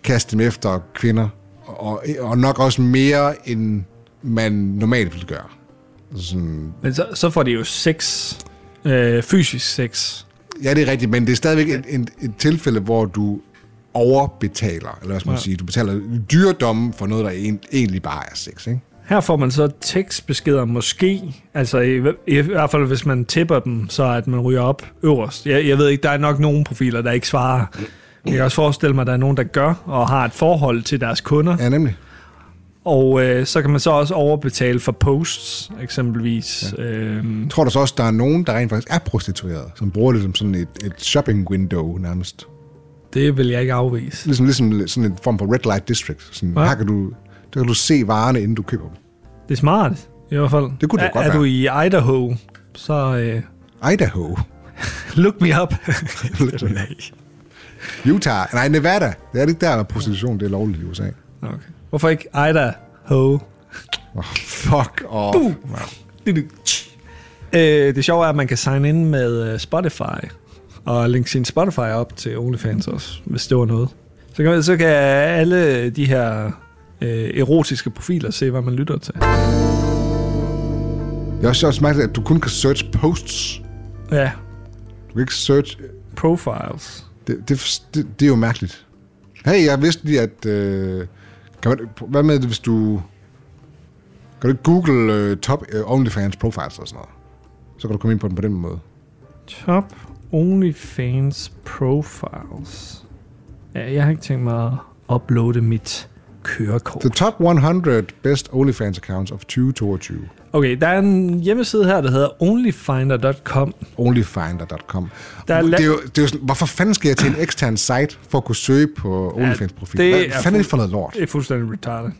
[SPEAKER 2] kaste dem efter kvinder, og, og nok også mere, end man normalt ville gøre. Altså Sådan,
[SPEAKER 1] Men så, så får de jo sex. Øh, fysisk sex.
[SPEAKER 2] ja, det er rigtigt, men det er stadigvæk et, et, et tilfælde, hvor du overbetaler, eller hvad skal man ja. sige, du betaler dyredomme for noget, der en- egentlig bare er sex, ikke?
[SPEAKER 1] Her får man så tekstbeskeder måske, altså i, i hvert fald hvis man tipper dem, så at man ryger op øverst. Jeg, jeg ved ikke, der er nok nogle profiler, der ikke svarer. Jeg kan også forestille mig, at der er nogen, der gør og har et forhold til deres kunder.
[SPEAKER 2] Ja, nemlig.
[SPEAKER 1] Og øh, så kan man så også overbetale for posts, eksempelvis. Ja. Øhm,
[SPEAKER 2] Tror du så også, der er nogen, der rent faktisk er prostitueret, som bruger det som sådan et, et shopping window nærmest?
[SPEAKER 1] det vil jeg ikke afvise.
[SPEAKER 2] Ligesom, ligesom sådan en form for red light district. Sådan,
[SPEAKER 1] Ja.
[SPEAKER 2] ja. her kan du, der kan du se varerne, inden du køber dem.
[SPEAKER 1] Det er smart, i hvert fald.
[SPEAKER 2] Det kunne det
[SPEAKER 1] er,
[SPEAKER 2] godt
[SPEAKER 1] Er
[SPEAKER 2] være.
[SPEAKER 1] du i Idaho, så øh,
[SPEAKER 2] Idaho.
[SPEAKER 1] look me up.
[SPEAKER 2] Utah. Nej, Nevada. Det er det ikke der, der er prostitution det er lovligt i USA.
[SPEAKER 1] okay. Hvorfor ikke Idaho?
[SPEAKER 2] Oh, fuck off.
[SPEAKER 1] Øh, det sjove er, at man kan signe ind med øh, Spotify og linke sin Spotify op til OnlyFans også, hvis det var noget. Så kan, så kan alle de her øh, erotiske profiler se, hvad man lytter til.
[SPEAKER 2] Det er også også mærkeligt, at du kun kan search posts.
[SPEAKER 1] Ja,
[SPEAKER 2] Du kan ikke search...
[SPEAKER 1] profiles.
[SPEAKER 2] Det, det, for- det, det er jo mærkeligt. Hey, jeg vidste lige, at... Øh, kan man, hvad med, hvis du... Kan du ikke google øh, top øh, OnlyFans profiles og sådan noget? Så kan du komme ind på den på den måde.
[SPEAKER 1] Top OnlyFans profiles. Ja, jeg har ikke tænkt mig at uploade mit kørekort.
[SPEAKER 2] The top 100 best OnlyFans accounts of 2022.
[SPEAKER 1] Okay, der er en hjemmeside her, der hedder onlyfinder.com.
[SPEAKER 2] Onlyfinder.com.
[SPEAKER 1] Der er
[SPEAKER 2] Der
[SPEAKER 1] la-
[SPEAKER 2] det, er jo, det er jo sådan, hvorfor fanden skal jeg til en ekstern site for at kunne søge på OnlyFans-profil?
[SPEAKER 1] det
[SPEAKER 2] Hvad
[SPEAKER 1] er
[SPEAKER 2] fanden er det
[SPEAKER 1] fu-
[SPEAKER 2] for noget lort?
[SPEAKER 1] Det er fuldstændig retarded.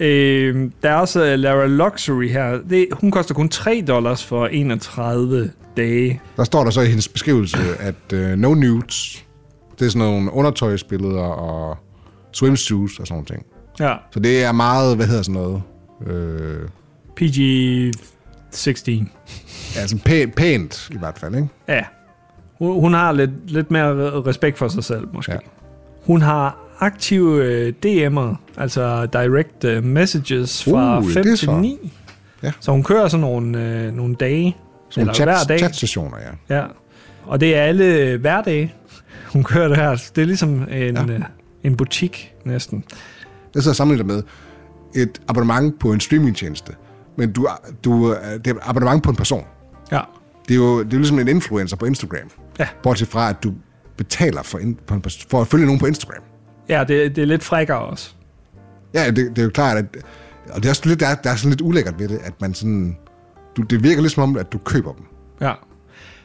[SPEAKER 1] Øh, der er også øh, Lara Luxury her. Det, hun koster kun 3 dollars for 31 dage.
[SPEAKER 2] Der står der så i hendes beskrivelse, at uh, no nudes. Det er sådan nogle undertøjsbilleder og swimsuits og sådan nogle ting.
[SPEAKER 1] Ja,
[SPEAKER 2] Så det er meget, hvad hedder sådan noget? Øh,
[SPEAKER 1] PG-16.
[SPEAKER 2] altså pæ- pænt i hvert fald, ikke?
[SPEAKER 1] Ja. Hun, hun har lidt, lidt mere re- respekt for sig selv, måske. Ja.
[SPEAKER 2] Ja.
[SPEAKER 1] Hun har aktive øh, DM'er, altså direct øh, messages fra
[SPEAKER 2] Uh,
[SPEAKER 1] 5
[SPEAKER 2] det er
[SPEAKER 1] til
[SPEAKER 2] så-
[SPEAKER 1] 9.
[SPEAKER 2] Ja.
[SPEAKER 1] Så hun kører sådan nogle, øh, nogle dage,
[SPEAKER 2] Sådan nogle
[SPEAKER 1] eller hver dag.
[SPEAKER 2] chat, chat-stationer, ja.
[SPEAKER 1] Ja, og det er alle øh, hverdage, hun kører det her. Det er ligesom en, ja.
[SPEAKER 2] Ja.
[SPEAKER 1] øh, en butik næsten.
[SPEAKER 2] Det er så sammenlignet med et abonnement på en streamingtjeneste. Men du, du, øh, det er et abonnement på en person.
[SPEAKER 1] Ja.
[SPEAKER 2] Det er jo det er jo ligesom en influencer på Instagram.
[SPEAKER 1] Ja.
[SPEAKER 2] Bortset fra, at du betaler for, in, for, en, pers- for at følge nogen på Instagram.
[SPEAKER 1] Ja, det, det er lidt frækkere også.
[SPEAKER 2] Ja, det, det er jo klart, at... Og det er også lidt, der, er, der er sådan lidt ulækkert ved det, at man sådan... Du, det virker lidt som om, at du køber dem.
[SPEAKER 1] Ja.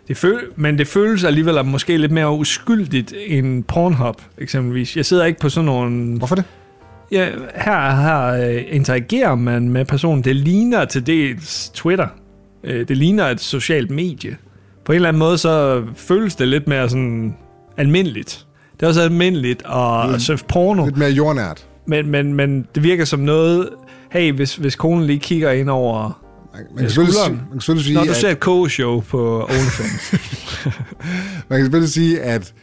[SPEAKER 1] Det føl- men det føles alligevel måske lidt mere uskyldigt end Pornhub, eksempelvis. Jeg sidder ikke på sådan nogle...
[SPEAKER 2] Hvorfor det?
[SPEAKER 1] Ja, her, her øh, interagerer man med personen. Det ligner til dels Twitter. Øh, det ligner et socialt medie. På en eller anden måde, så føles det lidt mere sådan almindeligt. Det er også almindeligt at, at surfe porno,
[SPEAKER 2] Lidt mere jordnært.
[SPEAKER 1] men, men, men det virker som noget... Hey, hvis, hvis konen lige kigger ind over...
[SPEAKER 2] Man, man,
[SPEAKER 1] Ja,
[SPEAKER 2] kan, selvfølgelig, sige-
[SPEAKER 1] skulderen.
[SPEAKER 2] man kan selvfølgelig sige,
[SPEAKER 1] Når du
[SPEAKER 2] at,
[SPEAKER 1] ser et kogeshow på OnlyFans.
[SPEAKER 2] man kan selvfølgelig sige, at,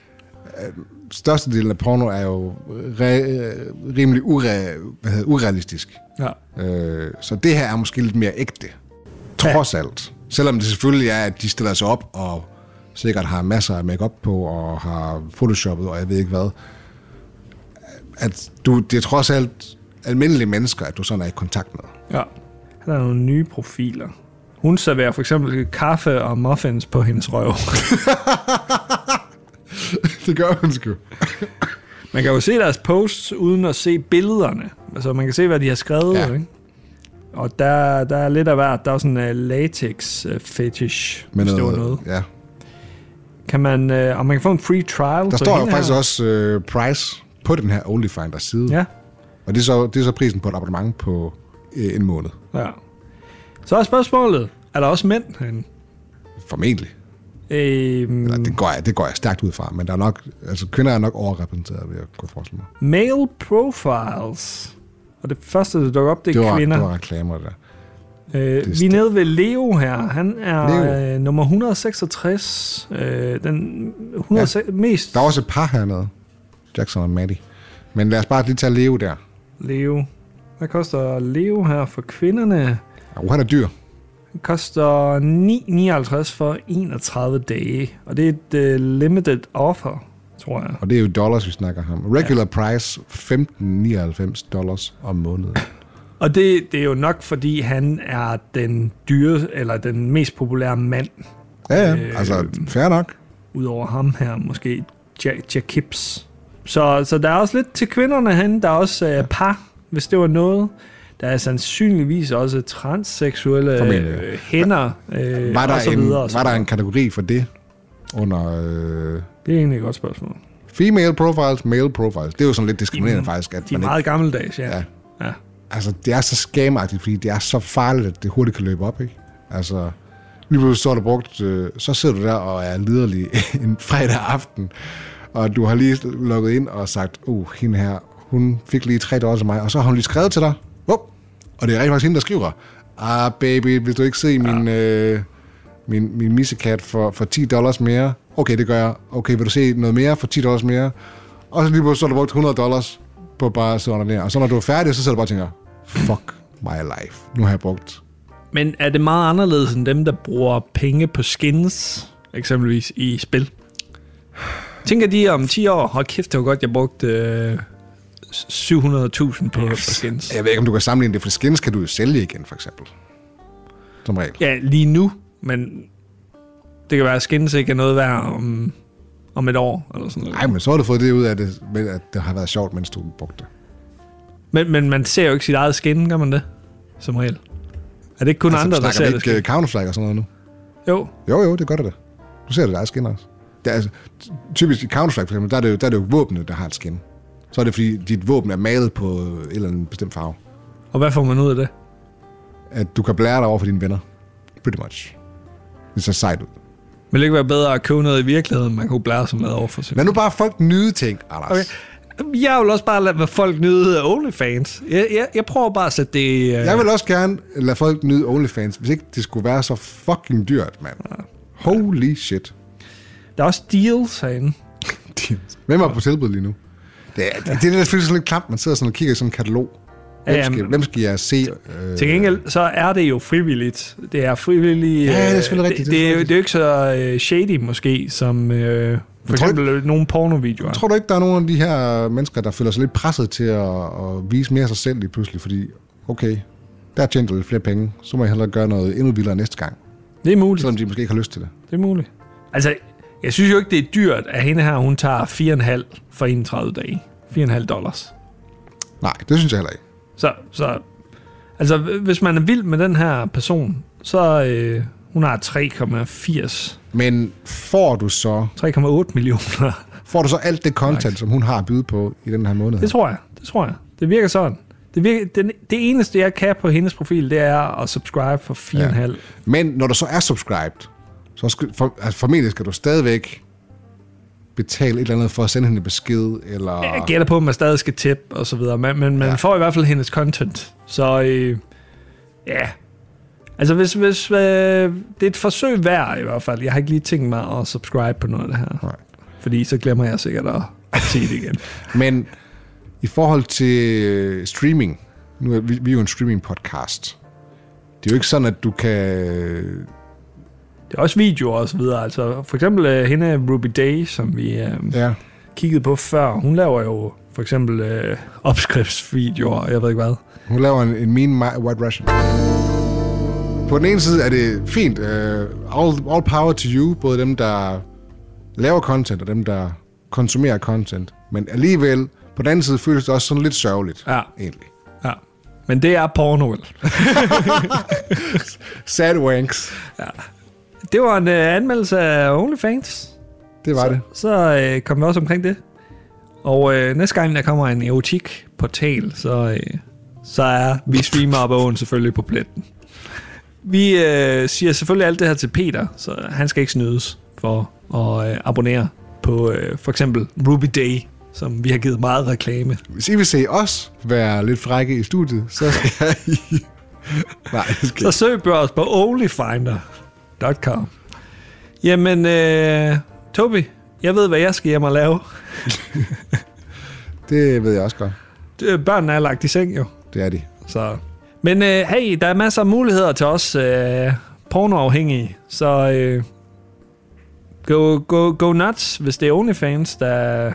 [SPEAKER 2] at størstedelen af porno er jo re, øh, rimelig ure, hvad hedder, urealistisk.
[SPEAKER 1] ja.
[SPEAKER 2] Øh, så det her er måske lidt mere ægte. Trods ja. alt. Selvom det selvfølgelig er, at de stiller sig op og sikkert har masser af makeup på og har photoshoppet og jeg ved ikke hvad. At du, det er trods alt almindelige mennesker, at du sådan er i kontakt med.
[SPEAKER 1] Ja. Her er nogle nye profiler. Hun serverer for eksempel kaffe og muffins på hendes røv.
[SPEAKER 2] det gør hun sgu.
[SPEAKER 1] Man kan jo se deres posts uden at se billederne. Altså, man kan se, hvad de har skrevet, ja.
[SPEAKER 2] Ja.
[SPEAKER 1] ikke? Og der, der er lidt af hvert. Der er sådan en uh, latex uh, fetish, Men hvis det var noget.
[SPEAKER 2] Ja.
[SPEAKER 1] Kan man, uh, og man kan få en free trial.
[SPEAKER 2] Der
[SPEAKER 1] på
[SPEAKER 2] står jo
[SPEAKER 1] hende
[SPEAKER 2] faktisk
[SPEAKER 1] her.
[SPEAKER 2] også øh, price på den her OnlyFinder side.
[SPEAKER 1] Ja,
[SPEAKER 2] Og det er, så, det er så prisen på et abonnement på øh, en måned.
[SPEAKER 1] ja. Så er spørgsmålet, er der også mænd herinde? Mm.
[SPEAKER 2] Formentlig.
[SPEAKER 1] Øhm,
[SPEAKER 2] Eller det går, jeg, det går jeg stærkt ud fra, men der er nok, altså, kvinder er nok overrepræsenteret, vil jeg kunne forestille mig.
[SPEAKER 1] male profiles. Og det første, der dukker op, det er
[SPEAKER 2] Det var,
[SPEAKER 1] kvinder.
[SPEAKER 2] det var reklamer, det der.
[SPEAKER 1] Øh,
[SPEAKER 2] Det er
[SPEAKER 1] vi er
[SPEAKER 2] st-
[SPEAKER 1] nede ved Leo her. Han er
[SPEAKER 2] Leo.
[SPEAKER 1] øh, nummer 166. Øh, den 106, ja. mest
[SPEAKER 2] Der er også et par hernede. Jackson og Maddie. Men lad os bare lige tage Leo der.
[SPEAKER 1] Leo. Hvad koster Leo her for kvinderne?
[SPEAKER 2] Og han er dyr.
[SPEAKER 1] Den koster 9,59 for 31 dage. Og det er et øh, limited offer, tror jeg.
[SPEAKER 2] Og det er jo dollars, vi snakker om. Regular ja. price 15,99 dollars om måneden.
[SPEAKER 1] Og det, det er jo nok, fordi han er den dyre, eller den mest populære mand
[SPEAKER 2] Ja, ja.
[SPEAKER 1] Øh.
[SPEAKER 2] Altså, fair nok.
[SPEAKER 1] udover ham her, måske Jack, Jack Kips. Så, så der er også lidt til kvinderne hen. Der er også øh, par, hvis det var noget. Der er sandsynligvis også transseksuelle
[SPEAKER 2] Formentlig.
[SPEAKER 1] øh, hænder øh,
[SPEAKER 2] Var
[SPEAKER 1] og
[SPEAKER 2] der,
[SPEAKER 1] så
[SPEAKER 2] en,
[SPEAKER 1] videre. og så
[SPEAKER 2] var der
[SPEAKER 1] videre.
[SPEAKER 2] en kategori for det? Under øh,
[SPEAKER 1] Det er egentlig et godt spørgsmål.
[SPEAKER 2] female profiles, male profiles. Det er jo sådan lidt diskriminerende faktisk. At
[SPEAKER 1] Mm. De er
[SPEAKER 2] man
[SPEAKER 1] meget gammeldags, ja.
[SPEAKER 2] Ja.
[SPEAKER 1] ja. ja.
[SPEAKER 2] ikke, altså, det er så skamagtigt, fordi det er så farligt, at det hurtigt kan løbe op, ikke? Altså, lige pludselig så er der brugt, øh, så sidder du der og er liderlig en fredag aften, og du har lige logget ind og sagt, oh, hende her, hun fik lige tre dollars af mig, og så har hun lige skrevet til dig, Wup! og det er rent faktisk hende, der skriver, ah baby, vil du ikke se min, øh, min, min missekat for, for 10 dollars mere? Okay, det gør jeg. Okay, vil du se noget mere for 10 dollars mere? Og så lige pludselig så har du brugt 100 dollars på bare at sidde under der. Og så når du er færdig, så sidder du bare og tænker, fuck my life. Nu har jeg brugt
[SPEAKER 1] Men er det meget anderledes end dem, der bruger penge på skins, eksempelvis i spil? Tænker de om 10 år, hold kæft, det var godt, jeg brugte øh, 700.000 på, på skins.
[SPEAKER 2] Jeg ved ikke, om du kan sammenligne det, for skins kan du jo sælge igen, for eksempel. Som regel.
[SPEAKER 1] Ja, lige nu, men det kan være, at skins ikke er noget værd om, om et år, eller sådan noget.
[SPEAKER 2] Nej, men så har du fået det ud af det, med, at det har været sjovt, mens du brugte det.
[SPEAKER 1] Men, men man ser jo ikke sit eget skin, gør man det? Som regel. Er det ikke kun altså, andre, der
[SPEAKER 2] snakker
[SPEAKER 1] ser
[SPEAKER 2] vi
[SPEAKER 1] det?
[SPEAKER 2] ikke
[SPEAKER 1] Skin?
[SPEAKER 2] øh, Counter-Strike og sådan noget nu?
[SPEAKER 1] Jo,
[SPEAKER 2] Jo, jo, det gør det da. Du ser det der skin også. Det er, altså, typisk i Counter-Strike, for eksempel, der er, det jo, der er det jo våbnet, der har et skin. Så er det, fordi dit våben er malet på en eller anden bestemt farve.
[SPEAKER 1] og hvad får man ud af det?
[SPEAKER 2] At du kan blære dig over for dine venner. Pretty much. Det ser sejt ud.
[SPEAKER 1] Vil det ikke være bedre at købe noget i virkeligheden, man kunne blære sig med over for sig?
[SPEAKER 2] Lad nu bare folk nyde ting, Anders.
[SPEAKER 1] Okay. Jeg vil også bare lade hvad folk nyde af OnlyFans. Jeg, jeg, jeg prøver bare at sætte det... Øh,
[SPEAKER 2] Jeg vil også gerne lade folk nyde OnlyFans, hvis ikke det skulle være så fucking dyrt, mand. Holy shit.
[SPEAKER 1] Der er også deals herinde.
[SPEAKER 2] Hvem er på tilbud lige nu? Det er det, det, der føles sådan lidt klamt. Man sidder sådan og kigger i sådan en katalog. Hvem
[SPEAKER 1] Ja,
[SPEAKER 2] skal,
[SPEAKER 1] jamen.
[SPEAKER 2] hvem skal jeg se? Øh,
[SPEAKER 1] Til gengæld, så er det jo frivilligt. Det er frivilligt.
[SPEAKER 2] Ja, det er
[SPEAKER 1] øh,
[SPEAKER 2] selvfølgelig rigtigt,
[SPEAKER 1] Det,
[SPEAKER 2] det er
[SPEAKER 1] det, er, jo- det
[SPEAKER 2] rigtigt.
[SPEAKER 1] er jo ikke så øh, shady måske, som øh, for
[SPEAKER 2] Men tror
[SPEAKER 1] eksempel nogle pornovideoer.
[SPEAKER 2] tror du ikke, der er nogen af de her mennesker, der føler sig lidt presset til at, at vise mere af sig selv lige pludselig? Fordi, okay, der tjente jeg lidt flere penge. Så må jeg hellere gøre noget endnu vildere næste gang.
[SPEAKER 1] Det er muligt.
[SPEAKER 2] Selvom de måske ikke har lyst til det.
[SPEAKER 1] Det er muligt. Altså, jeg synes jo ikke, det er dyrt, at hende her, hun tager 4,5 for 31 dage. 4,5 dollars.
[SPEAKER 2] Nej, det synes jeg heller ikke.
[SPEAKER 1] Så, så altså, hvis man er vild med den her person, så øh, hun har 3,80
[SPEAKER 2] Men får du så,
[SPEAKER 1] 3,8 millioner.
[SPEAKER 2] får du så alt det content, som hun har at byde på i den her måned?
[SPEAKER 1] Det tror jeg. Det tror jeg. Det virker sådan. Det, virker, det, det eneste, jeg kan på hendes profil, det er at subscribe for 4,5.
[SPEAKER 2] Ja.
[SPEAKER 1] Ja.
[SPEAKER 2] Men når du så er subscribed, så skal, for, altså formentlig skal du stadigvæk betale et eller andet for at sende hende en besked, eller...
[SPEAKER 1] Jeg gætter på, at man stadig skal tip og så videre, men, men man
[SPEAKER 2] Ja.
[SPEAKER 1] får i hvert fald hendes content. Så øh, ja. Altså, hvis, hvis, øh, det er et forsøg værd i hvert fald. Jeg har ikke lige tænkt mig at subscribe på noget af det her.
[SPEAKER 2] Nej.
[SPEAKER 1] Fordi så glemmer jeg sikkert at, at se det igen.
[SPEAKER 2] Men i forhold til øh, streaming, nu er vi, vi er jo en streaming-podcast. Det er jo ikke sådan, at du kan...
[SPEAKER 1] Det er også videoer og så videre. Altså, for eksempel øh, hende Ruby Day, som vi... Øh,
[SPEAKER 2] Ja,
[SPEAKER 1] kiggede på før, hun laver jo for eksempel øh, opskriftsvideoer, og jeg ved ikke hvad.
[SPEAKER 2] hun laver en, en mean mi- white Russian. På den ene side er det fint. Uh, all, all power to you, både dem, der laver content, og dem, der konsumerer content. Men alligevel, på den anden side føles det også sådan lidt sørgeligt,
[SPEAKER 1] Ja.
[SPEAKER 2] egentlig.
[SPEAKER 1] Ja. Men det er porno. vel?
[SPEAKER 2] Sad wanks.
[SPEAKER 1] Det var en øh, anmeldelse af OnlyFans.
[SPEAKER 2] Det var så. det.
[SPEAKER 1] Så øh, kom vi også omkring det. Og øh, næste gang, der kommer en erotik portal, så, øh, så er vi streamer op åen selvfølgelig på pletten. Vi øh, siger selvfølgelig alt det her til Peter, så han skal ikke snydes. for at øh, abonnere på øh, for eksempel Ruby Day, som vi har givet meget reklame.
[SPEAKER 2] Hvis I vil se os være lidt frække i studiet, så skal I... Nej, det skal
[SPEAKER 1] Så søg på os på onlyfinder.com. Jamen, øh, Tobi, jeg ved, hvad jeg skal hjem og lave.
[SPEAKER 2] Det ved jeg også godt.
[SPEAKER 1] Øh, Børnene er lagt i seng jo.
[SPEAKER 2] Det er de.
[SPEAKER 1] Så. Men øh, hey, der er masser af muligheder til os øh, pornoafhængige, så øh, go, go, go nuts, hvis det er OnlyFans, der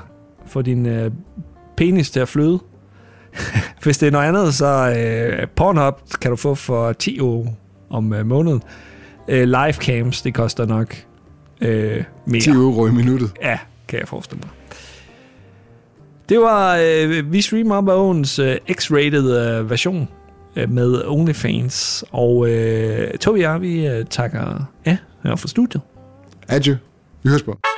[SPEAKER 1] får din øh, penis til at flyde. hvis det er noget andet, så øh, Pornhub kan du få for 10 euro om øh, måneden. Øh, live cams, det koster nok øh, mere.
[SPEAKER 2] 10 euro i minuttet.
[SPEAKER 1] Ja, kan jeg forestille mig. Det var øh, vi streamer op af åens øh, X-rated øh, version øh, med OnlyFans. Og øh, Tobi og jeg, vi øh, takker af her fra studiet.
[SPEAKER 2] Adjø. Vi høres på.